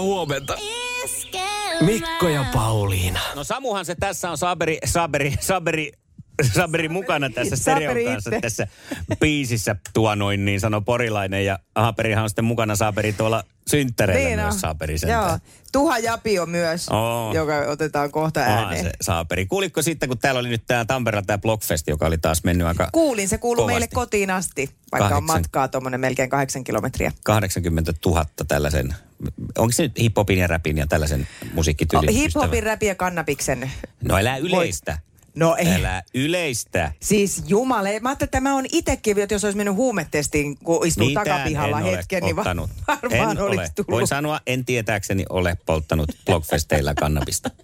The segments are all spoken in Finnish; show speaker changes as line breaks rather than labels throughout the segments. huomenta.
Mikko ja Pauliina.
No Samuhan se tässä on Saberi, Saberi, Saberi, Saberi mukana tässä Stereon
Saberi
kanssa
itse.
tässä biisissä tuo noin, niin sanoi porilainen. Ja Haaperihan on sitten mukana Saberi tuolla synttäreillä niin myös Saberi
Joo.
sentään.
Tuha Japio myös,
Oo.
joka otetaan kohta
Onhan
ääneen.
se Saaperi. Kuulitko sitten, kun täällä oli nyt tää Tampereella tämä Blockfest, joka oli taas mennyt aika
Kuulin, se kuuluu
kovasti.
meille kotiin asti, vaikka on
Kahdeksan.
matkaa tuommoinen melkein kahdeksan kilometriä.
80 000 tällaisen, onko se nyt hiphopin ja räpin ja tällaisen musiikkityylin
Oh, Hip-hopin,
ystävä?
räpi ja kannabiksen.
No älä yleistä.
No ei.
Älä yleistä.
Siis jumale, mä ajattelin, että tämä on itsekin, että jos olisi mennyt huumetestiin, kun istuu
Mitään
takapihalla
Niin en
hetken,
ole
niin va-
ottanut.
varmaan
en
olisi
ole.
tullut.
Voin sanoa, en tietääkseni ole polttanut blogfesteillä kannabista.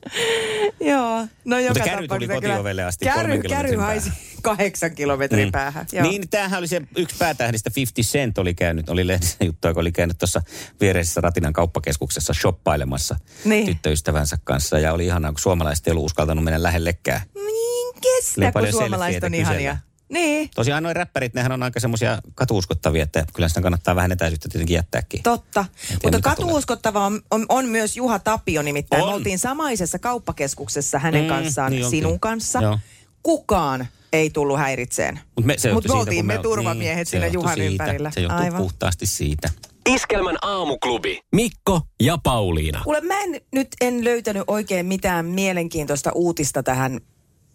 Joo, no joka
käry tuli
tapauksessa
kotiovelle asti kolmen
Käry,
kilometrin
käry
päähän.
haisi kahdeksan kilometrin mm. päähän. Joo.
Niin, tämähän oli se yksi päätähdistä 50 Cent oli käynyt, oli lehdessä juttu, joka oli käynyt tuossa viereisessä Ratinan kauppakeskuksessa shoppailemassa
Niin.
tyttöystävänsä kanssa. Ja oli ihanaa, kun suomalaiset ei ollut uskaltanut mennä lähellekään.
Niin
Oli
kestä, kun
paljon
suomalaiset
selfieitä
on ihania.
kysellä.
Niin,
Tosiaan noin räppärit, nehän on aika semmoisia katuuskottavia, että kyllä sitä kannattaa vähän etäisyyttä tietenkin jättääkin.
totta. Mutta
mitä
katuuskottava on, on, on myös Juha Tapio nimittäin.
On.
Me oltiin samaisessa kauppakeskuksessa hänen
Mm,
mm, kanssaan,
niin
niin
oltiin.
sinun kanssa.
Joo.
Kukaan ei tullut häiritseen.
Mut me, se johtui
Mut me
siitä,
oltiin
kun
me turvamiehet
se
siinä
johtui
Juhan
siitä.
ympärillä.
Se johtuu
Aivan.
puhtaasti siitä.
Iskelmän aamuklubi.
Mikko ja Pauliina.
Kuule, mä en nyt en löytänyt oikein mitään mielenkiintoista uutista tähän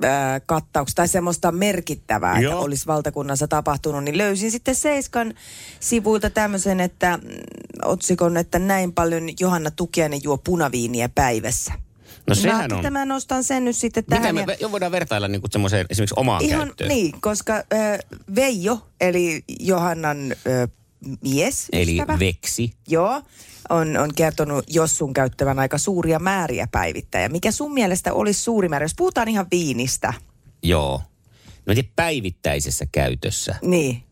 äh, kattauksesta tai semmoista merkittävää, Joo.
Joo.
että olisi valtakunnassa tapahtunut, niin löysin sitten Seiskan sivuilta tämmöisen, että mm, otsikon, että näin paljon Johanna Tukiainen juo punaviiniä päivässä.
No
mä
sehän
ajattelin,
on.
että mä nostan sen nyt sitten
Mitä
tähän.
me ve- jo voidaan vertailla niin semmoiseen esimerkiksi omaan
ihan
käyttöön?
niin, koska äh, Veijo, eli Johannan äh, mies,
Eli
ystävä,
veksi.
Joo, on, on kertonut Jossun käyttävän aika suuria määriä päivittäin. Ja Mikä sun mielestä olisi suuri määrä, jos puhutaan ihan viinistä?
Joo. No tiedä päivittäisessä käytössä.
Niin,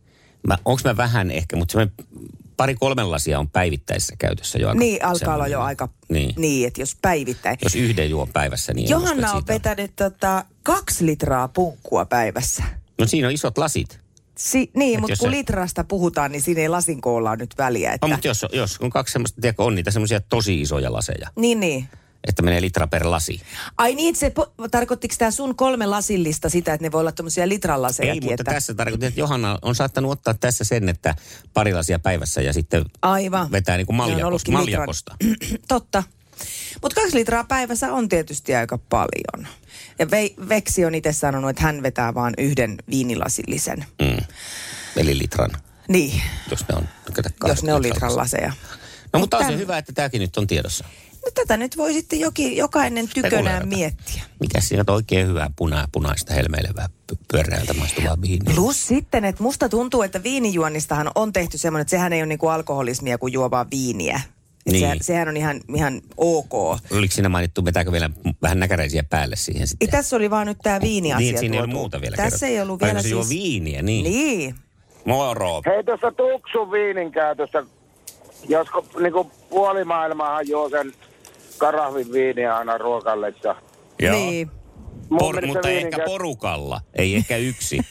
Mä, onks mä vähän ehkä, mutta semmoinen pari kolmen lasia on päivittäisessä käytössä jo aika
niin alkaa
semmoinen.
olla jo aika,
Niin.
niin,
niin.
niin että jos päivittäin.
Jos yhden juon päivässä, niin en
Johanna
usko,
on
että siitä
vetänyt tota, kaksi litraa punkkua päivässä.
No siinä on isot lasit.
Si- niin,
Et
mutta
jos
kun
se-
litrasta puhutaan, niin siinä ei lasin koolla ole nyt väliä. Että...
No, mutta jos, jos on kaksi semmoista, tiedätkö, on niitä semmoisia tosi isoja laseja,
Niin, niin.
että menee litra per lasi.
Ai niin, se po- tarkoittiko tämä sun kolme lasillista sitä, että ne voi olla tämmöisiä litralasejakin?
Ei, mutta
että...
tässä tarkoitan, että Johanna on saattanut ottaa tässä sen, että pari lasia päivässä ja sitten
Aivan.
vetää niin kuin
Ne on
maljakosta.
ollutkin
maljakosta.
litran- Totta. Mutta kaksi litraa päivässä on tietysti aika paljon. Ja Ve- Veksi on itse sanonut, että hän vetää vain yhden viinilasillisen.
Mm. Eli litran,
Niin,
jos ne on. kato,
jos ne on
kahdet
litran laseja.
No mutta on se
Tän-
hyvä, että tämäkin nyt on tiedossa.
No tätä nyt voi sitten joki, jokainen
Spekuloidaan.
tykönään miettiä.
Mikä siinä on oikein hyvää punaa, punaista, helmeilevää, py- pyöreältä maistuvaa viiniä.
Plus sitten, että musta tuntuu, että viinijuonnistahan on tehty semmoinen, että sehän ei ole niinku alkoholismia, kun juo vaan viiniä. Et
Niin.
Sehän, sehän on ihan, ihan ok.
Oliko siinä mainittu, vetääkö vielä vähän näkäräisiä päälle siihen
Ei,
sitten?
tässä oli vaan nyt tämä viiniasia.
niin, että siinä ei ollut
tuotu.
muuta vielä
Tässä
kerrottu.
ei ollut
Vai
vielä siis-
kun se juo viiniä, niin.
Niin.
Moro.
Hei, tuosta tuksun viinin käytöstä, jos niinku puoli maailmaahan juo sen karahvin viiniä aina ruokallessa.
Niin.
Mun
Por,
mielestä
mutta
viinin
ehkä
käy-
porukalla, ei ehkä yksi.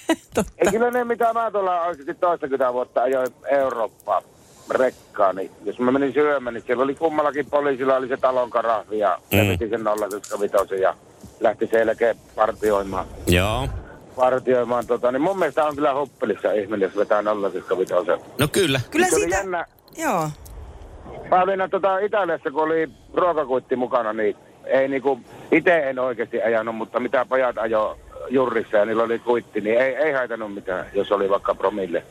Ei kyllä ne, mitä mä tuolla oikeasti toistakymmentä vuotta ajoin Eurooppaan rekkaa, niin jos mä menin syömään, niin siellä oli kummallakin poliisilla oli se talon karahvi ja
Mm.
mm. veti sen 0,75 ja lähti selkeä partioimaan.
Joo.
partioimaan tota, niin mun mielestä on kyllä huppelissa ihminen, jos vetää 0,75.
No kyllä.
Kyllä
Se oli
siitä...
jännä.
Joo.
Paulina, tota, Italiassa kun oli ruokakuitti mukana, niin ei niinku, itse en oikeasti ajanut, mutta mitä pajat ajo jurrissa ja niillä oli kuitti, niin ei, ei haitanut mitään, jos oli vaikka promille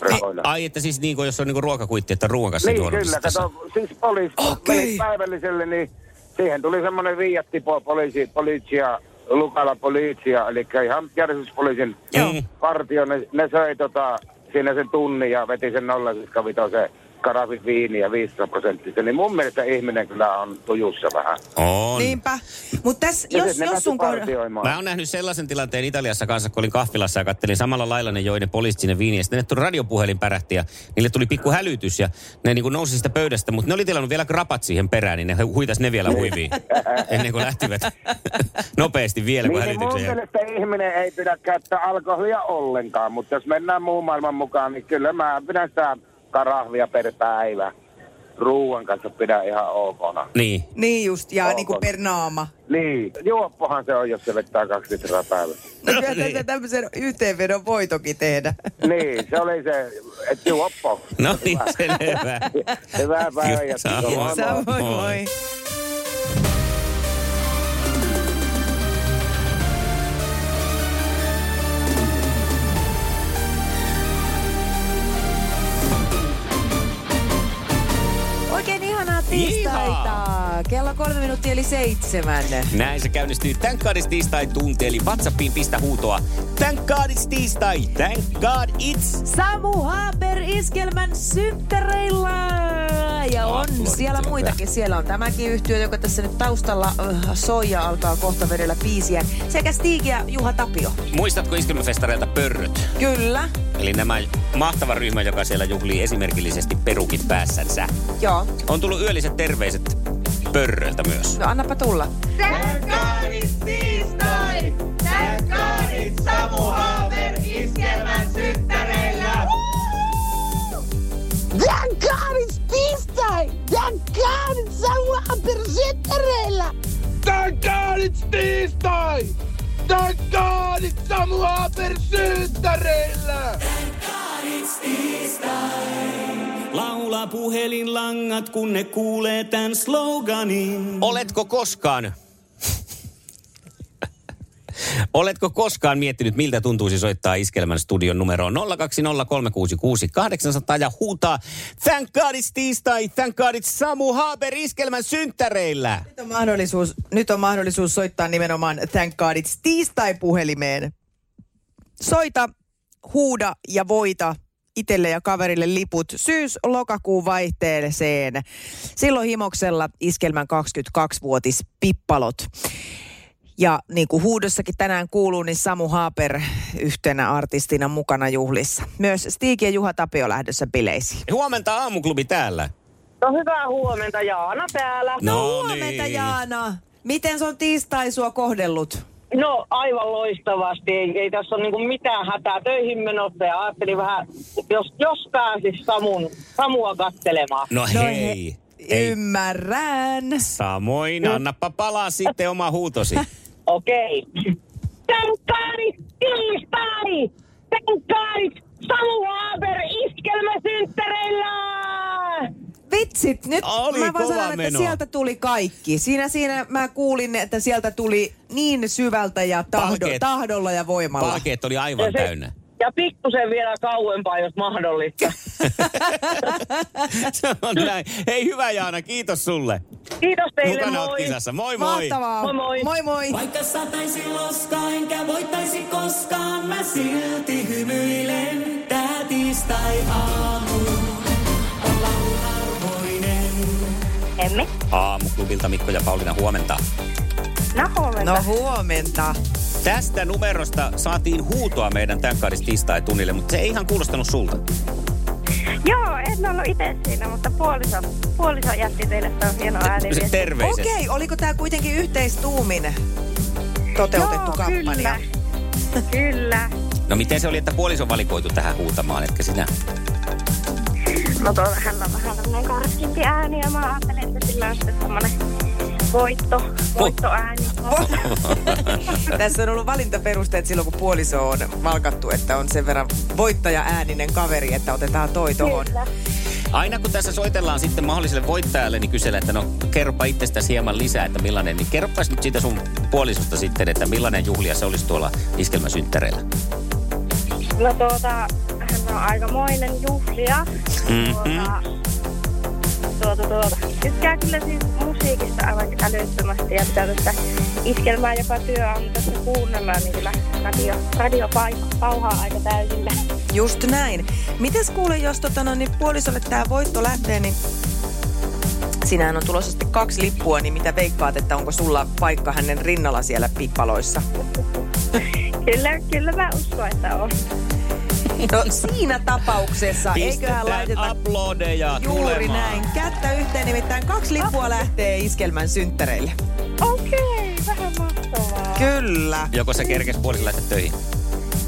rahoilla.
Ai, että siis niin kuin, jos on niin kuin ruokakuitti, että ruoan kanssa
Niin
juodaan
kyllä,
sitten
kato, siis poliisi
Okei.
okay. päivälliselle, niin siihen tuli semmoinen viiattipo poliisi, poliisia, Lukala poliisia, eli ihan järjestyspoliisin
Joo.
partio, ne, ne söi tota, siinä sen tunnin ja veti sen nollasvitoseen karafin viiniä 15 prosenttista, niin mun mielestä ihminen kyllä on tujussa vähän.
On.
On. Niinpä. Mutta tässä,
Ja
jos,
sitten ne
jos
lähti
sun kohdalla...
partioimaan.
Mä oon nähnyt sellaisen tilanteen Italiassa kanssa, kun olin kahvilassa ja kattelin samalla lailla ne joiden poliisit sinne viiniä. Sitten ne tuli radiopuhelin pärähti ja niille tuli pikku hälytys ja ne niin kuin nousi sitä pöydästä, mutta ne oli tilannut vielä grapat siihen perään, niin ne huitas ne vielä huiviin ennen kuin lähtivät nopeasti vielä kuin
Niin, niin mun
hälytyksen jälkeen.
mielestä ihminen ei pidä käyttää alkoholia ollenkaan, mutta jos mennään muun maailman mukaan, niin kyllä mä pidän sitä karahvia per päivä. ruuan kanssa pidä ihan okona.
Niin.
Niin just, ja
Onko?
niin kuin per naama.
Niin, juoppohan se on, jos se vetää kaksi litraa päivässä.
No, kyllä tässä tämmöisen
Niin.
yhteenvedon voi toki tehdä.
Niin, se oli se, että juoppo.
No niin, selvä.
Hyvää päivää.
Kyllä, samoin.
jatkoa. Moi, moi.
Samoin,
Moi.
moi. Oikein ihanaa tiistaita. Kello kolme minuuttia eli seitsemän.
Näin se käynnistyy Thank God it's tiistai tunti, eli WhatsAppiin pistä huutoa. Thank God it's tiistai, thank God it's...
Samu Haaper iskelmän synttäreillä. Ja on
Aplodit,
siellä
hyvä.
muitakin. Siellä on tämäkin yhtiö, joka tässä nyt taustalla äh, soi ja alkaa kohta vedellä biisiä. Sekä Stig ja Juha Tapio.
Muistatko iskelmäfestareilta pörröt?
Kyllä.
Eli nämä mahtava ryhmä, joka siellä juhlii esimerkillisesti perukit päässänsä.
Joo.
On tullut yölliset terveiset pörröiltä myös.
No annapa tulla.
Thank God it's tiistai! Thank God it's Samu Haaber iskelmän synttäreillä! Thank God it's tiistai! Thank God it's Samu Haaber synttäreillä!
Thank God it's tiistai! Thank God it's Samu Haaper synttäreillä!
Laula puhelinlangat, kun ne kuulee tämän sloganin.
Oletko koskaan... Oletko koskaan miettinyt, miltä tuntuisi soittaa iskelmän studion numeroon 020366 800 ja huutaa Thank God it's tiistai, thank God it's Samu Haaber iskelmän synttäreillä.
Nyt on mahdollisuus, nyt on mahdollisuus soittaa nimenomaan Thank God It's tiistai-puhelimeen. Soita, huuda ja voita itelle ja kaverille liput syys-lokakuun vaihteeseen. Silloin himoksella iskelmän 22-vuotis pippalot. Ja niin kuin huudossakin tänään kuuluu, niin Samu Haaper yhtenä artistina mukana juhlissa. Myös Stig ja Juha Tapio lähdössä bileisiin.
Huomenta aamuklubi täällä.
No hyvää huomenta, Jaana täällä.
No, huomenta Jaana. Miten se on tiistai sua kohdellut?
No aivan loistavasti, ei, ei tässä ole niinku mitään hätää töihin menossa ja ajattelin vähän, jos, jos pääsis Samun, Samua kattelemaan.
No
No
hei.
Ei.
Ei.
Ymmärrän.
Samoin, annappa palaa sitten oma huutosi.
Okei. Tenkkaari, tiistaari, tenkkaari, Samu Haaber iskelmäsynttäreillä!
Vitsit, nyt
Oli
mä vaan
kova
sanon, että
meno.
sieltä tuli kaikki. Siinä, siinä mä kuulin, että sieltä tuli niin syvältä ja tahdo,
Palkeet.
tahdolla ja voimalla.
Palkeet oli aivan
se-
täynnä.
Ja pikkusen vielä kauempaa, jos mahdollista.
Se on näin. Hei hyvä Jaana, kiitos sulle.
Kiitos teille,
Mukana oot
moi!
kisassa. Moi moi.
Mahtavaa.
Moi moi.
moi. moi.
Vaikka sataisi loskaa, enkä voittaisi koskaan, mä silti hymyilen. Tää tiistai aamu on laulun arvoinen.
Emme.
Aamuklubilta Mikko ja Pauliina huomenta.
No huomenta.
No huomenta.
Tästä numerosta saatiin huutoa meidän tämän kaadis tiistai tunnille, mutta se ei ihan kuulostanut sulta.
Joo, en ollut itse siinä, mutta puoliso, puoliso jätti teille tuon hienon
niin,
Se
ääniviestin.
terveiset.
Okei, okay, oliko tämä kuitenkin yhteistuumin toteutettu
Joo,
kampanja?
kyllä. kyllä.
No miten se oli, että puoliso valikoitu tähän huutamaan, etkä sinä?
No tuo hänellä on vähän tämmöinen karskimpi ääni ja mä ajattelin, että sillä on sitten tämmöinen voitto, voittoääni.
Tässä on ollut valintaperusteet silloin, kun puoliso on valkattu, että on sen verran voittaja-ääninen kaveri, että otetaan toi tohon.
Kyllä.
Aina kun tässä soitellaan sitten mahdolliselle voittajalle, niin kysellä, että no kerropa itsestäsi hieman lisää, että millainen. Niin kerropas nyt siitä sun puolisosta sitten, että millainen juhlia se olisi tuolla iskelmäsynttäreillä.
No tuota, hän on aikamoinen juhlija.
Mhm.
Tuota, tuota, tuota. Tykkää kyllä siis musiikista aivan älyttömästi ja pitää tästä iskelmää joka työ on tässä kuunnella, niin kyllä radio, radio pau- pauhaa aika täysillä.
Just näin. Mites kuule, jos tota, no, niin puolisolle tämä voitto lähtee, niin sinähän on tulossa sitten kaksi lippua, niin mitä veikkaat, että onko sulla paikka hänen rinnalla siellä pippaloissa?
Kyllä, kyllä mä uskon, että on.
No siinä tapauksessa, eiköhän laiteta
aplodeja
juuri
tulemaan.
näin. Kättä yhteen, nimittäin kaksi lippua lähtee iskelmän synttäreille.
Okei, vähän mahtavaa.
Kyllä.
Joko se kerkes puoliso lähteä töihin?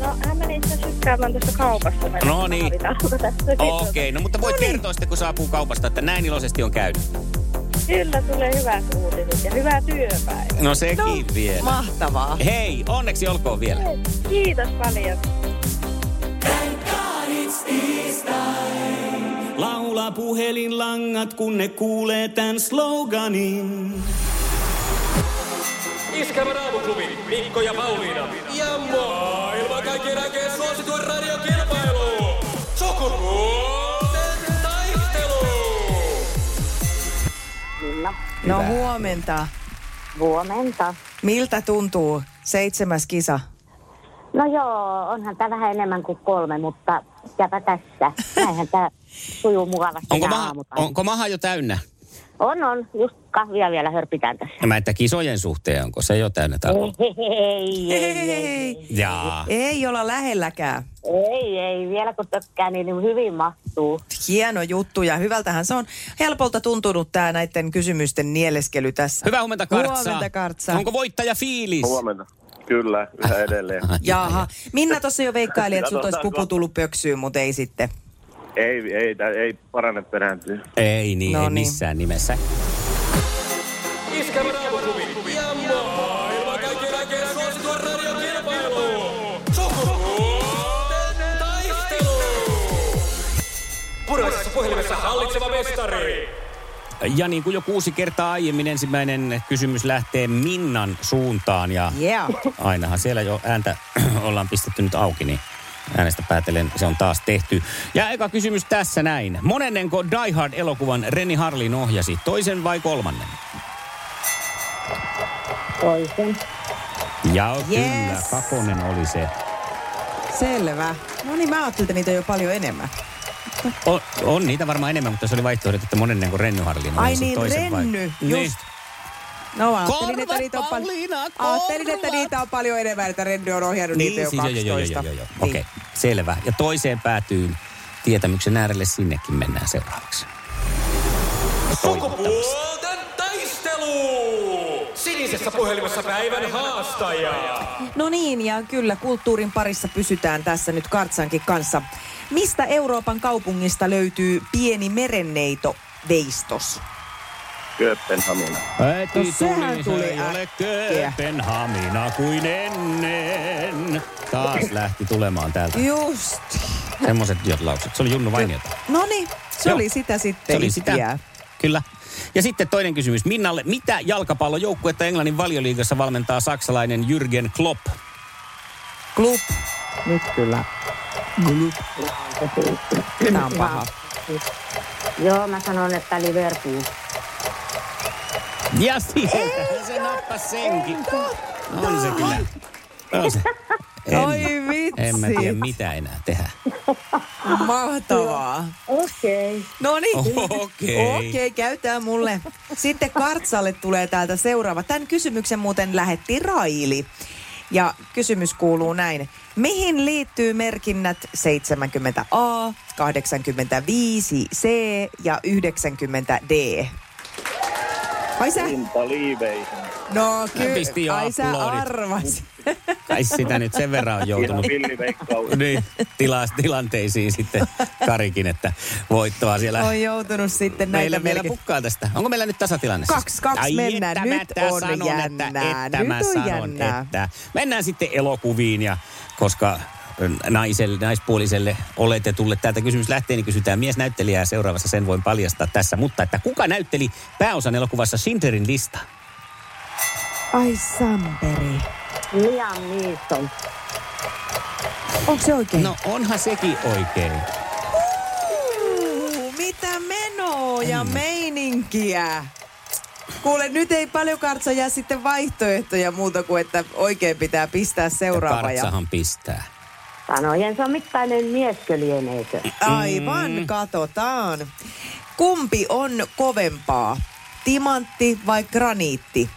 No hän meni itse asiassa käymään tuossa kaupassa. Mä
No niin.
tarvitaan tässä.
Okei, no mutta voit
niin.
kertoa sitten, kun saapuu kaupasta, että näin iloisesti on käynyt.
Kyllä tulee hyvät uutiset ja hyvää työpäivää.
No sekin no. vielä.
Mahtavaa.
Hei, onneksi olkoon vielä.
Kiitos paljon.
Thank God it's tiistai. Laula puhelinlangat, kun ne kuulee tän sloganin.
Iskävä raamuklubi, Mikko ja Pauliina. Ja maailman kaikkien aikeen suosituen radiokilpailu. Sukupuolten taistelu.
Minna,
No huomenta.
huomenta.
Miltä tuntuu seitsemäs kisa?
No joo, onhan tämä vähän enemmän kuin kolme, mutta sitäpä tässä. Näinhän tämä sujuu mukavasti
Onko
nää
maha,
aamupäivät.
onko maha jo täynnä?
On, on. Just kahvia vielä hörpitään tässä.
No Mä että kisojen suhteen, onko se jo täynnä talo?
Ei, ei, ei,
Ei,
Jaa.
ei olla lähelläkään.
ei, ei. Vielä kun tökkää, niin hyvin mahtuu.
Hieno juttu ja hyvältähän se on helpolta tuntunut tämä näiden kysymysten nieleskely tässä.
Hyvää huomenta Kartsa.
Huomenta Kartsa.
Onko voittaja fiilis?
Huomenta. Kyllä, yhä edelleen.
Jaha. Minna tuossa jo veikkaili, että sut olisi
Katsotaan,
pupu tullut pöksyyn, mutta ei sitten.
ei, ei, tää- ei parane perääntyä.
Ei niin,
No
ei
niin.
missään nimessä.
Iskävä raamuklubi, ja maailman kaikkien aikeen suosituen radiokilpailu. Sukupuolten taistelu. Puraisessa puhelimessa hallitseva mestari.
Ja niin kuin jo kuusi kertaa aiemmin, ensimmäinen kysymys lähtee Minnan suuntaan. Ja
Yeah.
ainahan siellä jo ääntä ollaan pistetty nyt auki, niin äänestä päätellen se on taas tehty. Ja eka kysymys tässä näin. Monennenko Die Hard-elokuvan Reni Harlin ohjasi? Toisen vai kolmannen?
Toisen.
Ja kyllä,
Yes.
kakonen oli se.
Selvä. No niin, mä ajattelin, että niitä on jo paljon enemmän.
On, on niitä varmaan enemmän, mutta se oli vaihtoehdot, että monen kuin Renny Harlin.
Ai
olisi
niin,
toisen vai-
Renny,
Niin.
just. No mä ajattelin,
Korvat,
että niitä on, pal-
Pauliina,
ajattelin, että
korvat.
niitä on paljon enemmän, että Renny on ohjannut niitä jo
Niin, siis joo,
12.
joo, joo, joo, joo, joo.
Niin.
Okei, selvä. Ja toiseen päätyyn tietämyksen äärelle sinnekin mennään seuraavaksi.
Sukupuolten taistelu! Sinisessä puhelimessa päivän haastaja.
No niin, ja kyllä kulttuurin parissa pysytään tässä nyt Kartsankin kanssa. Mistä Euroopan kaupungista löytyy pieni merenneito veistos?
Kööpenhamina.
Äiti
No sehän
tuli,
tuli
se ei ole
äkkiä.
Kööpenhamina kuin ennen. Taas lähti tulemaan täältä.
Just.
Semmoiset idiot laukset. Se oli Junnu Vainiota.
No niin, se
Joo.
oli sitä sitten.
Se oli
itkeää.
sitä. Kyllä. Ja sitten toinen kysymys Minnalle. Mitä jalkapallojoukkuetta Englannin valioliigassa valmentaa saksalainen Jürgen Klopp?
Klub. Nyt kyllä. Klub. Tämä on paha.
Joo, mä sanon, että Liverpool.
Ja sieltä se nappasi senkin. No On se kyllä. On se. En,
Oi
en mä tiedä
vitsi.
mitä enää tehdä.
Mahtavaa.
Okei.
No niin.
Okei.
Okei, käytää mulle. Sitten Kartsalle tulee täältä seuraava. Tämän kysymyksen muuten lähetti Raili. Ja kysymys kuuluu näin. Mihin liittyy merkinnät 70A, 85C ja 90D? Ai sä?
Pinta liiveihin.
No
Hän pisti
kyllä,
jo
ai sä
Niin. aplodit.
arvasit.
Kai sitä nyt sen verran on
Ihan
joutunut
villiveikkaus.
niin, tila, tilanteisiin sitten Karikin, että voittoa siellä.
On joutunut sitten näitä
Meillä vielä
merkin-
pukkaa tästä. Onko meillä nyt tasatilanne? siis?
Kaksi, kaksi,
Ai
mennään.
Että
Nyt
mä tää
on
sanon,
jännää.
Että, että
Nyt
mä
on
sanon,
jännää.
että. Mennään sitten elokuviin ja koska naiselle, naispuoliselle oletetulle täältä kysymys lähtee, niin kysytään miesnäyttelijää seuraavassa. Sen voin paljastaa tässä. Mutta että kuka näytteli pääosan elokuvassa Schindlerin lista?
Ai Samperi.
Liam Neeson.
Onko se oikein?
No onhan sekin oikein.
Uhu, mitä menoa ja meininkiä. Kuule, nyt ei paljon kartsa jää sitten vaihtoehtoja muuta kuin, että oikein pitää pistää seuraava. Ja
Partsahan pistää.
Sanojensa mittainen mieskö lieneekö?
aivan,
Mm.
katsotaan. Kumpi on kovempaa? Timantti vai graniitti?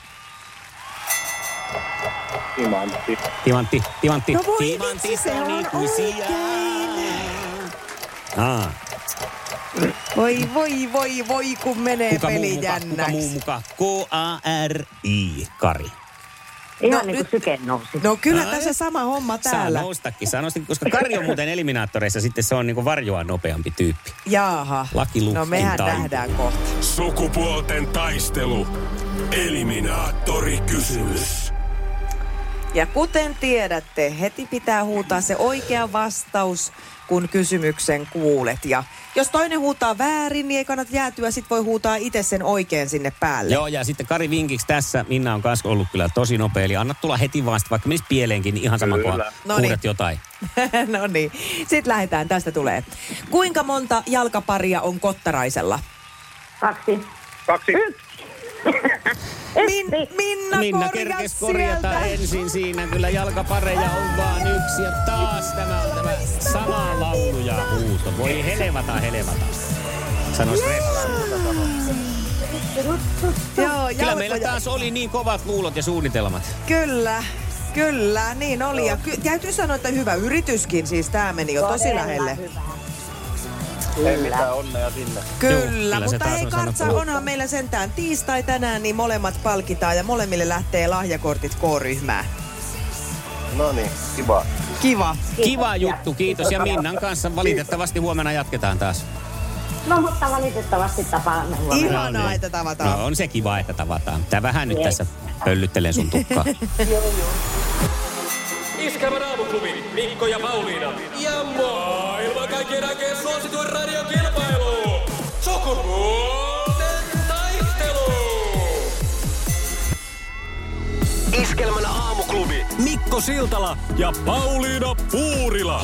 Timantti.
Timantti, timantti.
No voi
timantti Ah,
vitsi, se on
ikuisia.
oikein.
Aa,
Voi, voi, voi, voi, kun menee
kuka, muu
peli
muka, kuka muu
jännäksi.
muka? K-A-R-I, Kari.
Ihan
No
no, niin kuin
nyt-
syke nousi.
No kyllä
Ai.
tässä sama homma täällä.
Saa noustakin, saa noustakin, koska Kari on muuten eliminaattoreissa, sitten se on niinku varjoa nopeampi tyyppi.
Jaaha.
Lakiluhkin
No mehän
taito.
nähdään kohta.
Sukupuolten taistelu. Eliminaattori kysymys.
Ja kuten tiedätte, heti pitää huutaa se oikea vastaus, kun kysymyksen kuulet. Ja jos toinen huutaa väärin, niin ei kannata jäätyä, sit voi huutaa itse sen oikein sinne päälle.
Joo, ja sitten Kari vinkiksi tässä. Minna on kanssa ollut kyllä tosi nopea, eli anna tulla heti vasta, vaikka menisi pieleenkin, niin ihan sama kuin
Kyllä.
Noniin.
huudat jotain.
no niin, sit lähdetään, tästä tulee. Kuinka monta jalkaparia on kottaraisella?
Kaksi.
Kaksi.
Min, Minna,
Minna
korjaa
kerkes korjata
sieltä.
ensin siinä. Kyllä jalkapareja on vaan yksi ja taas tämä on tämä sama laulu ja huuto. Voi helevata, helevata. Sanois
Joo,
Kyllä
jalkoja-
meillä taas oli niin kovat luulot ja suunnitelmat.
Kyllä, kyllä, niin oli. Ja ky- täytyy sanoa, että hyvä yrityskin, siis tämä meni jo tosi
Todella
lähelle.
hyvä.
Ei mitään onnea sinne.
Kyllä,
Juu, kyllä
Joo,
se
mutta
taas
hei
on
katsa,
sanottu.
onhan meillä sentään tiistai tänään, niin molemmat palkitaan ja molemmille lähtee lahjakortit K-ryhmään.
No niin, kiva.
Kiva.
Kiva juttu, kiitos. Ja Minnan kanssa valitettavasti huomenna jatketaan taas.
No mutta valitettavasti tapaamme huomenna.
Ihanaa,
No niin.
että tavataan.
No on se kiva, että tavataan. Tää vähän nyt tässä pöllyttelee sun tukkaa.
Iskävän aamuklubi, Mikko ja Pauliina. Ja maailman kaikkien aikeen suosituen radiokilpailu. Sukupuolten taistelu.
Iskelmän aamuklubi.
Mikko Siltala ja Pauliina Puurila.